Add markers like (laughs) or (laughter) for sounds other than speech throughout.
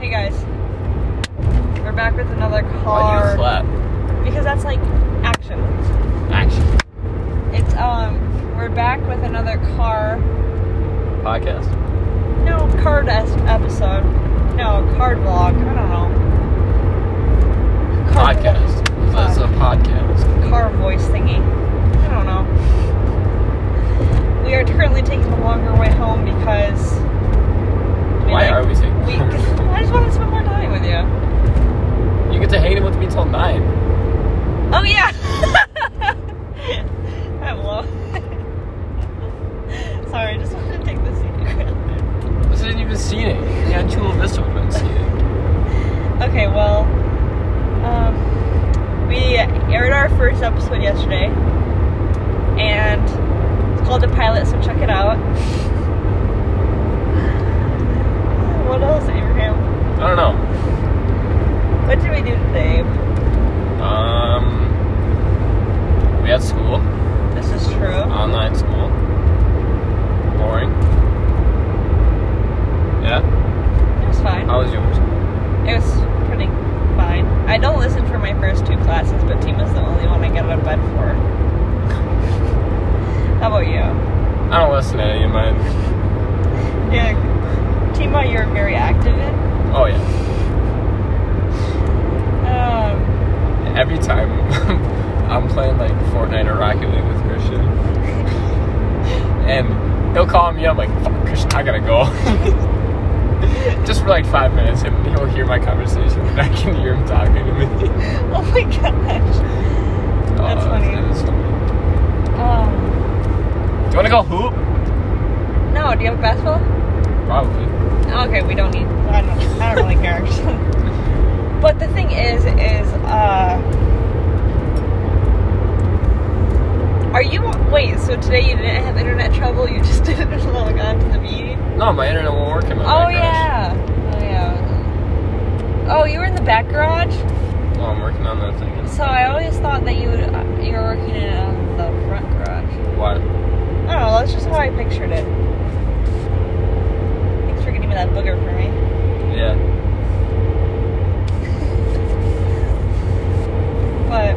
Hey guys, we're back with another Why'd you car slap? because that's like action. Action. It's um, we're back with another car, Podcast. no card es- episode, no card vlog. I don't know. Car Podcast. That's a podcast. car voice thingy. I don't know. We are currently taking the longer way home because. we, Why like, are we taking? We, (laughs) I just wanted to spend more time with you. (laughs) You get to hang with me till nine. Oh yeah. (laughs) I love. Sorry, I just wanted to take this. seat. This isn't even scenic. Yeah, Chula Vista would have been scenic. okay, well, um, we aired our first episode yesterday, and it's called the pilot, so check it out. (laughs) what else, Abraham? I don't know. What did we do today? Um, we had school, This is true. online school. Boring. Yeah. It was fine. How was yours? It was pretty fine. I don't listen for my first two classes, but Tima's the only one I get out of bed for. (laughs) How about you? I don't listen to any of mine. Yeah. Tima, you're very active in. Oh yeah. Um, (laughs) Every time (laughs) I'm playing like Fortnite or Rocket League with Christian, (laughs) and he'll call me. I'm like, "Fuck, Christian, I gotta go." (laughs) Just for like five minutes, and he'll hear my conversation, and I can hear him talking to me. (laughs) oh my gosh. That's Oh, funny. that is funny. Um, Do you want to go hoop? no, do you have a basketball? Probably. Okay, we don't need. I don't, I don't really care (laughs) actually. But the thing is, is uh, are you wait? So today you didn't have internet trouble. You just (laughs) didn't log on to the meeting. No, my internet won't work in my Oh back garage. yeah. Oh yeah. Oh, you were in the back garage. Oh, I'm working on that thing. So I always thought that you would, uh, you were working in um, the front garage. Why? I don't know. That's just how I pictured it. Thanks for getting me that booger for me. Yeah. But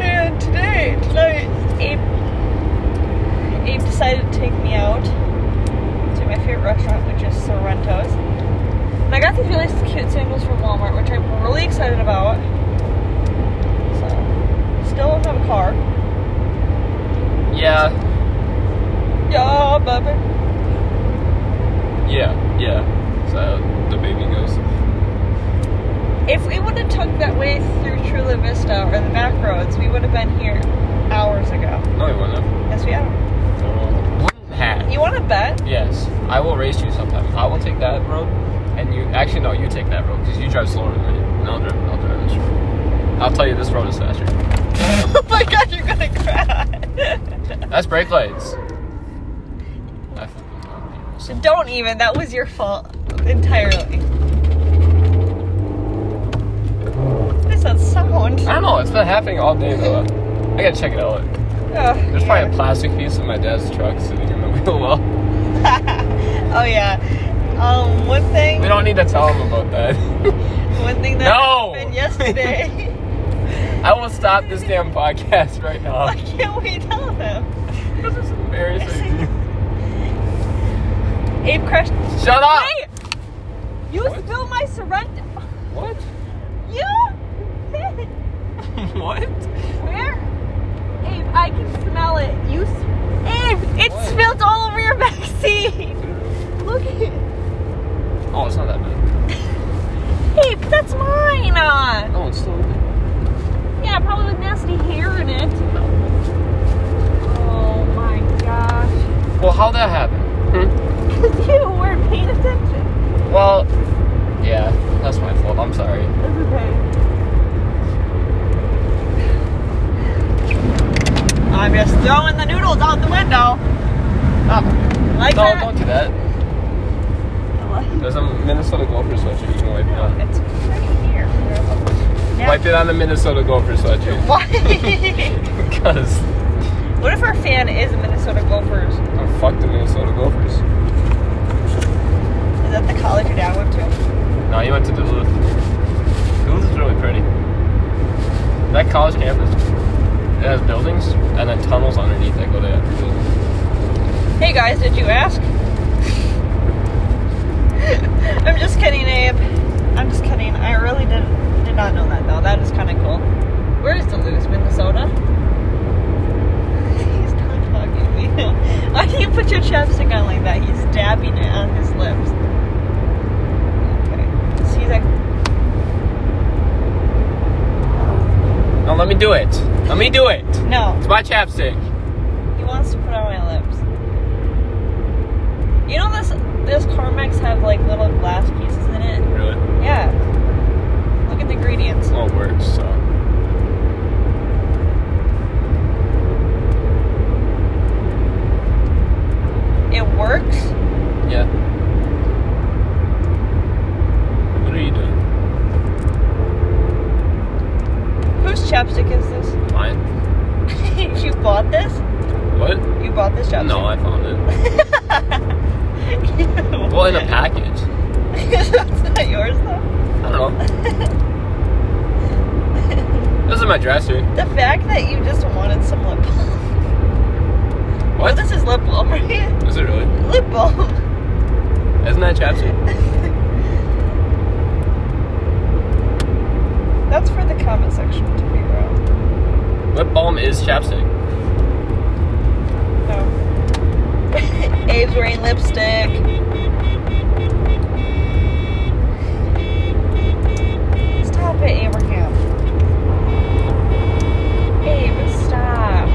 and today, tonight, Abe Abe decided to take me out to my favorite restaurant, which is Sorrento's. And I got these really cute sandals from Walmart, which I'm really excited about. So still don't have a car. Yeah. Yeah, baby. Yeah. Yeah. So the baby goes. If we would have took that way through Chula Vista or the back roads, we would have been here hours ago. No, he won't Yes, have. we are. Wouldn't have. You want to bet? (laughs) Yes, I will race you sometime. I will take that road, and you actually no, you take that road because you drive slower than me, and I'll drive. I'll drive this road. I'll tell you this road is faster. oh my god, you're gonna cry. (laughs) That's brake lights. I Don't even. That was your fault entirely. What is that sound? I don't know. It's been happening all day though. I gotta check it out. There's probably a plastic piece of my dad's truck sitting in the (laughs) wheel well. oh yeah. Um, one thing. We don't need to tell him about that. (laughs) One thing that No! happened yesterday. (laughs) (laughs) I will stop this damn podcast right now. Why can't we tell them? (laughs) This is embarrassing. Abe crashed. Shut up. Wait! You Ah! What? spilled my Sorrento. What? (laughs) (laughs) You. (laughs) what? Where? Abe, I can smell it. You. s- Abe, it What? spilled all over your (laughs) backseat. Look at it. Oh, it's not that bad. Abe, that's mine. Uh, Oh, it's still open. yeah, probably with nasty hair in it. Well, Oh my gosh. (laughs) how that happened? Because you weren't paying attention. Well, yeah, that's my fault. I'm sorry. That's okay. I'm just throwing the noodles out the window. Ah, Like no, that. don't do that. There's a Minnesota Gopher sweatshirt you can wipe it on. It's right here. Yeah. Wipe it on the Minnesota Gopher (laughs) sweatshirt. Why? (laughs) Because what if our fan is a Minnesota Gophers? I'm fucked the Minnesota Gophers. Is that the college down? you went to Duluth. Duluth is really pretty. That college campus, it has buildings and then tunnels underneath that go to every building. Hey guys, did you ask? (laughs) I'm just kidding, Abe. I'm just kidding. I really did did not know that though. That is kind of cool. Where is Duluth, Minnesota? (laughs) He's not talking to me. (laughs) Why do you put your chapstick on like that? He's dabbing it on his lips. Okay. So he's like, No, let me do it. Let me do it. no. It's my chapstick. He wants to put it on my lips. You know this this Carmex have like little glass pieces in it? Really? Yeah. Look at the ingredients. All words suck. It works. Yeah. What are you doing? Whose chapstick is this? (laughs) Mine? you bought this? What? You bought this chapstick? (laughs) No, I found it. Ew. Well, in a package. (laughs) That's not yours though. (laughs) I don't know. This is my dresser. The fact that you just wanted some lip balm. (laughs) Oh, What? This is lip balm, right? Is it really? Lip balm. (laughs) Isn't that chapstick? That's for the comment section to figure out. Lip balm is chapstick. No. (laughs) Abe's wearing lipstick. Stop it, Abraham. Abe, stop.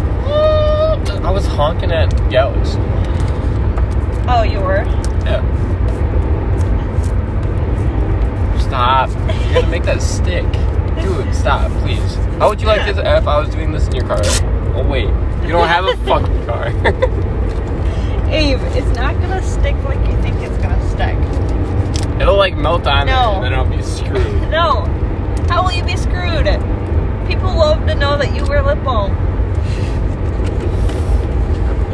I was honking at Gallus. Oh, you were? Yeah. Stop. You're gonna make that stick. Dude, stop, please. How would you like this if I was doing this in your car? Oh, wait. You don't have a fucking car. Abe, it's not gonna stick like you think it's gonna stick. It'll like melt on No. me and then I'll be screwed. No. How will you be screwed? People love to know that you wear lip balm.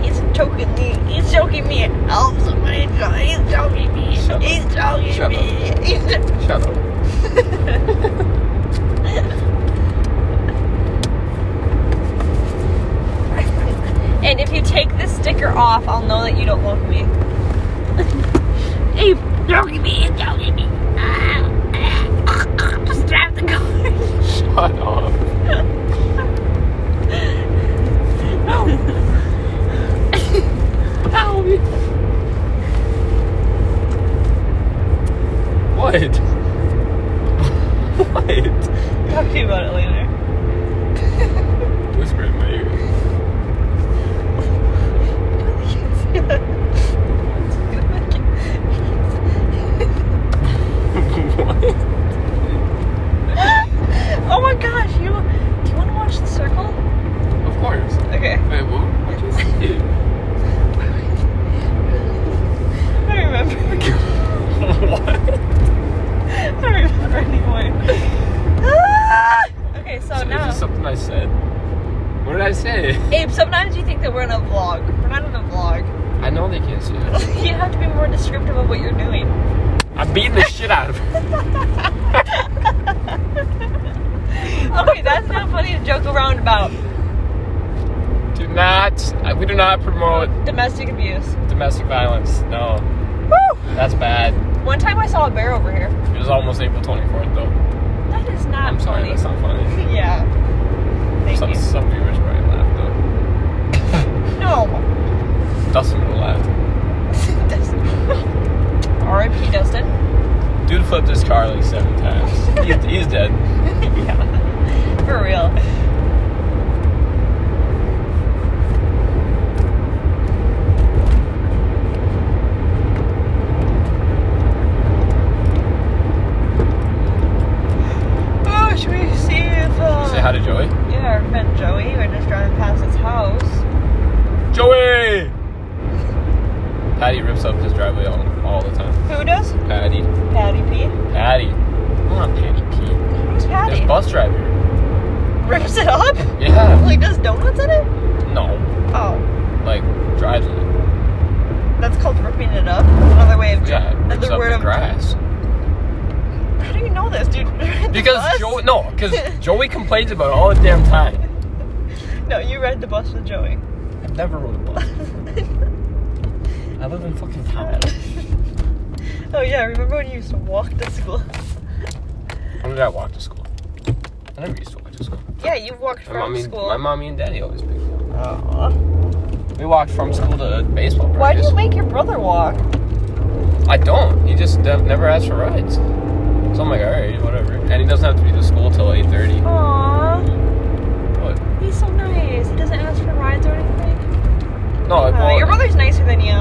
He's choking me. He's choking me. Help somebody. He's choking me. Shut up. He's choking Shut me. He's... Shut up. (laughs) And if you take this sticker off, I'll know that you don't love me. (laughs) Abe, choking me. He's choking me. Ah. (laughs) Just drive the car. (laughs) Shut up. Help me. What? (laughs) what? Talk to you about it later. Whisper in my ear. (laughs) what? (laughs) oh my gosh, you do you want to watch the circle? Of course. Okay. Wait, what? What you say? (laughs) I (laughs) remember. what? I remember anymore. Ah! (laughs) okay, so, So Is now this something I said? What did I say? Abe, sometimes you think that we're in a vlog. We're not in a vlog. (laughs) I know they can't see it. you have to be more descriptive of what you're (laughs) doing. I'm beating the shit out of her. Okay, that's not funny to joke around about. (laughs) Do not. uh, We do not promote Domestic abuse. domestic violence. No, Woo! that's bad. One time I saw a bear over here. It was almost April 24th, though. That is not I'm sorry, funny. that's not funny. yeah. Thank Some, you. some viewers probably laughed No. (laughs) though. Dustin would have laughed. Dustin. R.I.P. Dustin. Dude flipped his car like seven times. he's, (laughs) he's dead. yeah. (laughs) For real. Oh, should we see if uh, Say hi to Joey. yeah, our friend Joey, we're just driving past his house. Joey. Patty rips up his driveway all, all the time. Who does? Patty. Patty P. Patty. I'm not Patty Pete. Who's Patty? This bus driver. Rips it up? Yeah. Like does donuts in it? No. Oh. Like grass. How do you know this, dude? (laughs) The Because bus? Joey, no, because Joey complains about it all the damn time. No, you ride the bus with Joey. (laughs) I've never rode a bus. I live in fucking (laughs) town. oh yeah, remember when you used to walk to (laughs) school? When did I walk to school? I never used to walk to school. Yeah, you walked My from mommy, school. my mommy and daddy always picked me up. Aw. We walked from school to baseball practice. Why do you make your brother walk? I don't. He just de- never asks for rides. So I'm like, all right, whatever. And he doesn't have to be to school till Oh. 8:30. Aww, But he's so nice. He doesn't ask for rides or anything. no, Aw, Uh, well, Uh, your brother's nicer than you.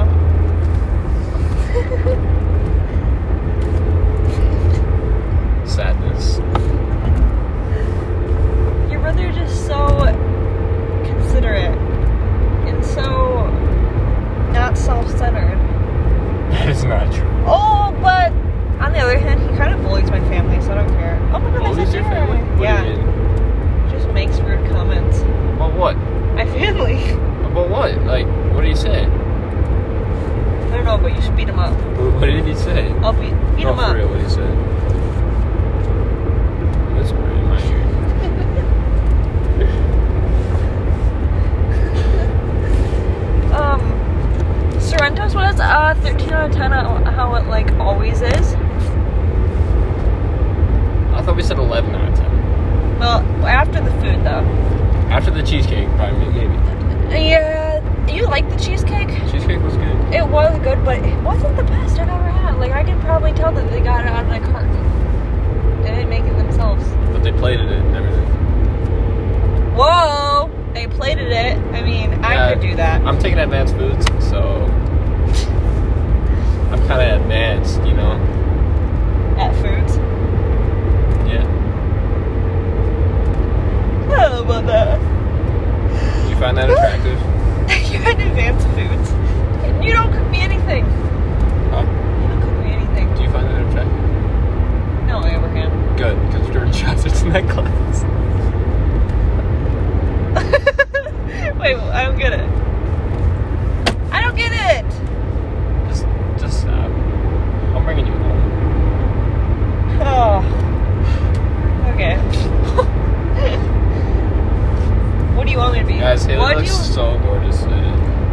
sadness. (laughs) your brother's just so considerate and so not self-centered. That is not true. Oh, but on the other hand, he kind of bullies my family, so I don't care. Oh my god, Well, I who's said your your family? What do Yeah, you mean? just makes rude comments. About what? My family. About what? Like, what did he say? (laughs) I don't know, but you should beat him up. What did he say? I'll beat beat no, him for up. real, what he said. That's pretty minor. Um, Sorrento's was uh 13 out of 10 on how it like always is. I thought we said 11 out of 10. Well, after the food though. After the cheesecake, probably maybe. Yeah, you like the cheesecake? Cheesecake was good. It was good, but it wasn't the best I've ever had. Like I can probably tell that they got it out of a carton. They didn't make it themselves. But they plated it and everything. Whoa! They plated it. I mean, I Yeah. could do that. I'm taking advanced foods, so. I'm kind of advanced, you know? At foods. Yeah. Oh, well, the Did you find that attractive? (laughs) you're at advanced foods. And you don't cook me anything. Huh? You don't cook me anything. Do you find that attractive? No, I overhand. (laughs) Good, because we're doing (laughs) shots in that class. Wait, I don't get it. I don't get it. Just, just stop. I'm bringing you home. Oh. Okay. (laughs) what do you want me to be? Guys, Haley what do looks you so gorgeous. today.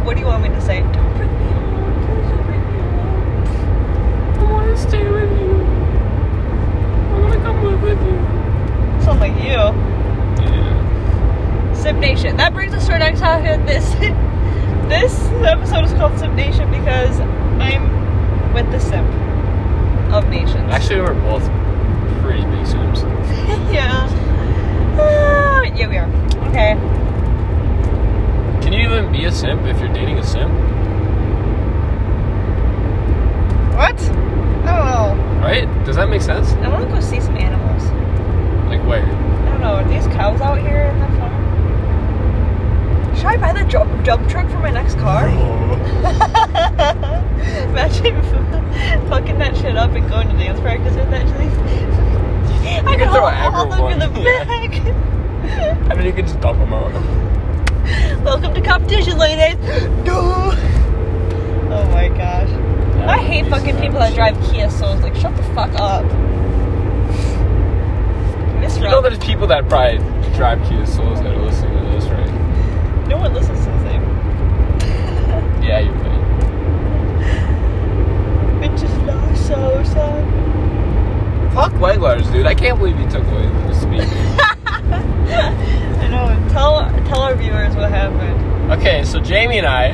What do you want me to say? Don't bring me home. Please don't bring me home. I want to stay with you. I want to come live with you. Sounds like you. Yeah. Sip Nation. That brings us to our next topic. This (laughs) this episode is called Sip Nation because I'm with the simp of nations. Actually, we're both pretty big sims. (laughs) yeah. Ah, yeah, we are. Okay. Can you even be a simp if you're dating a simp? What? I don't know. Right? Does that make sense? I want to go see some animals. Like where? I don't know. Are these cows out here in the farm? Should I buy the dump, dump truck for my next car? Oh. (laughs) Imagine f- fucking that shit up and going to dance practice with that shit. I You could can throw hold all everyone, over the yeah. back. I mean, you can just dump them out. (laughs) Welcome to competition, ladies. No. Oh my gosh. I hate fucking people that drive Kia Souls. Like, shut the fuck up. Miss You know Rob. there's people that probably drive Kia Souls that are listening to this, right? No one listens to this thing. Yeah, you're right. Bitches love so sad. (laughs) Fuck Wagglers, dude. I can't believe you took away the speed. I know. Tell, tell our viewers what happened. okay, so Jamie and I,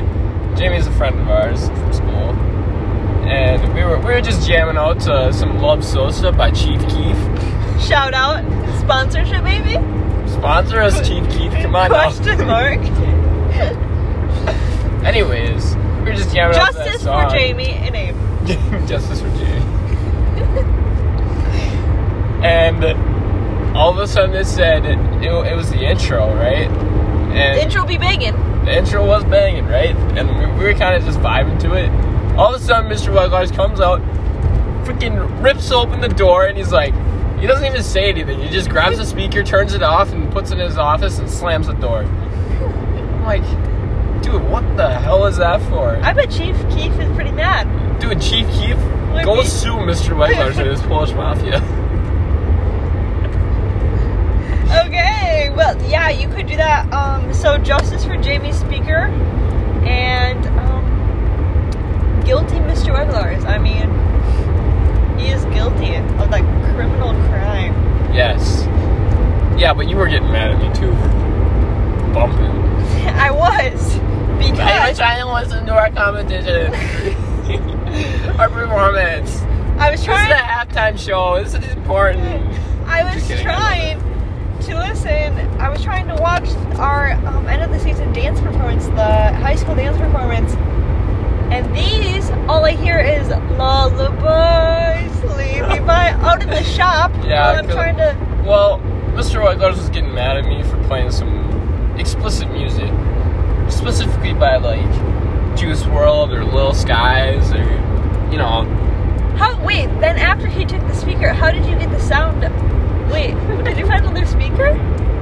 Jamie's a friend of ours from school, and we were we were just jamming out to some Love Sosa by Chief Keef. Shout out. Sponsorship, maybe? Sponsor us, Chief Keef. Come on Question now. mark. Anyways, we were just jamming out to that Justice for song. Jamie and Abe. (laughs) Justice for Jamie. and all of a sudden it said it, it was the intro, right? And Intro be banging. the intro was banging, right? And we, we were kind of just vibing to it. All of a sudden, Mr. Wildlife comes out, freaking rips open the door, and he's like, he doesn't even say anything. He just grabs the speaker, turns it off, and puts it in his office and slams the door. I'm like, dude, what the hell is that for? I bet Chief Keef is pretty mad. Dude, Chief Keef Like, Go we- sue Mr. Whitehouse for this Polish mafia. (laughs) Okay, well, yeah, you could do that. Um, so justice for Jamie Speaker and um, guilty Mr. Weglars. I mean, he is guilty of that criminal crime. (laughs) Yes. Yeah, but you were getting mad at me too for bumping. I was because trying to listen to our competition. (laughs) our performance. I was This is trying. the halftime show. This is (laughs) important. I was Just kidding. trying to listen. I was trying to watch our um, end of the season dance performance, the high school dance performance. And these, all I hear is lullaby, sleepy by (laughs) out in the shop. Yeah, while I'm cool. trying to. Well, Mr. Whitehouse was getting mad at me for playing some explicit music, specifically by like Juice World or Lil Skies or you know. How? Wait. Then after he took the speaker, how did you get the sound? Wait, (laughs) did you find another speaker?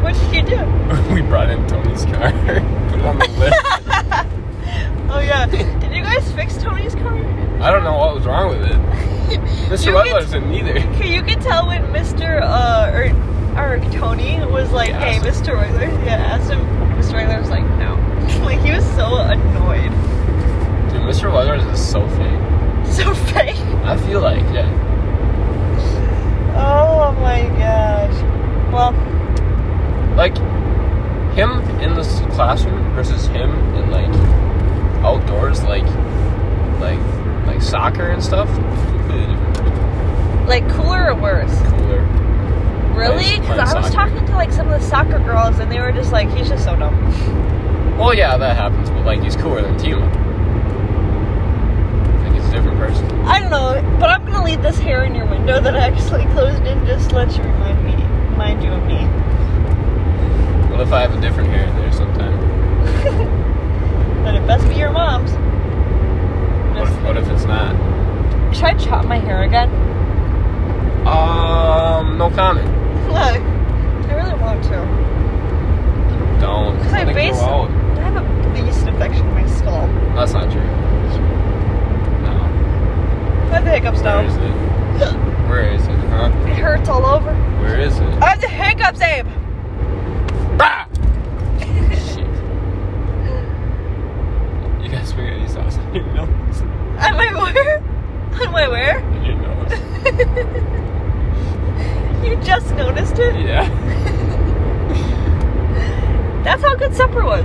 What did you do? (laughs) we brought in Tony's car, (laughs) put it on the list. Oh (laughs) yeah. did you guys fix Tony's car? I don't know what was wrong with it. Mr. You Whitehouse didn't either. Okay, You could tell when Mr. Uh, or, or Tony was like, Yeah, hey, asked Mr. Wigler. Yeah, asked him. Mr. Wigler was like, no. (laughs) like, he was so annoyed. (laughs) Dude, Mr. Whitehouse is so fake. So fake. I feel like yeah. Oh my gosh. Well, Like him in this classroom versus him in like outdoors, like like like soccer and stuff. Completely different. like, cooler or worse? Cooler. Really? Nice. Because I was Soccer. talking to, like, some of the soccer girls, and they were just like, he's just so dumb. Well, yeah, that happens, but like he's cooler than Timo. Like he's a different person. I don't know, but I'm gonna leave this hair in your window that I actually closed in just to let you remind me, remind you of me. What if I have a different hair in there sometime? But it best be your mom's. What if, what if it's not? Should I chop my hair again? Um, no comment. Look, I really want to. Don't. Because I Let it base- grow out. I have a yeast infection in my skull. That's not true. No. I have the hiccups Where is now. it? Where is it? Huh? (gasps) It hurts all over. Where (laughs) is it? I have the hiccups, Abe! Ah! Shit. You got spaghetti sauce on your nose. (laughs) Am I where? (laughs) Am I where? (laughs) On your nose. You just noticed it? Yeah. That's how good supper was.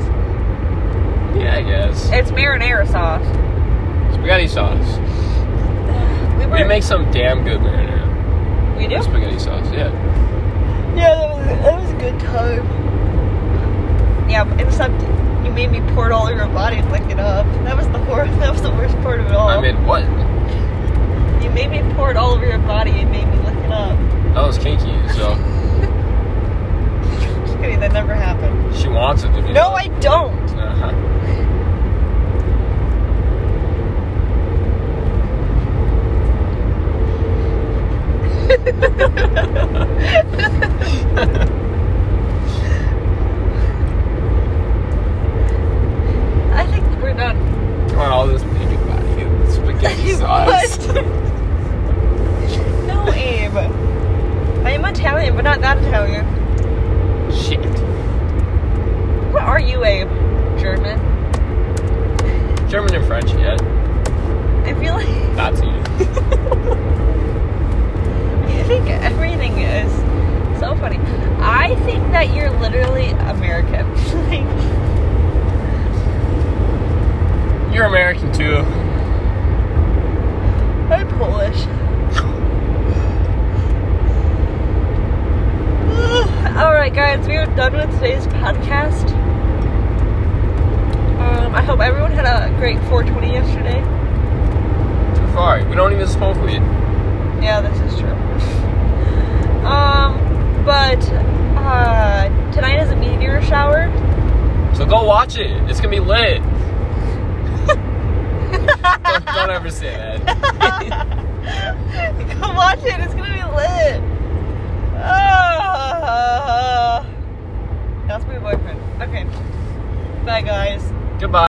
Yeah, I guess. It's marinara sauce. Spaghetti sauce. We were. They make some damn good marinara. we do? Spaghetti sauce, yeah. Yeah, that was, that was a good time. Yeah, but except you made me pour it all over your body and lick it up. That was the hor- (laughs) That was the worst part of it all. I mean, what? That you made me pour it all over your body and made me lick it up. was kinky, so Just kidding, that never happened. she wants it to be. No, I don't. Uh-huh. I think we're done. You want all this naked body (laughs) and spaghetti sauce. What? (laughs) no, Abe. I am Italian, but not that Italian. Shit. What are you, Abe? German. German and French, yeah. I feel like Nazi. (laughs) I think everything is so funny. I think that you're literally American. (laughs) like, You're American too. I'm Polish. (sighs) All right, guys, we are done with today's podcast. Um, I hope everyone had a great 420 yesterday. Too far. We don't even smoke weed. Yeah, this is true. (laughs) um, but uh, tonight is a meteor shower. (laughs) So go watch it. It's gonna be lit. don't, don't ever say that. Come watch it. It's gonna be lit. Ah. that's my boyfriend. Okay. Bye, guys. Goodbye.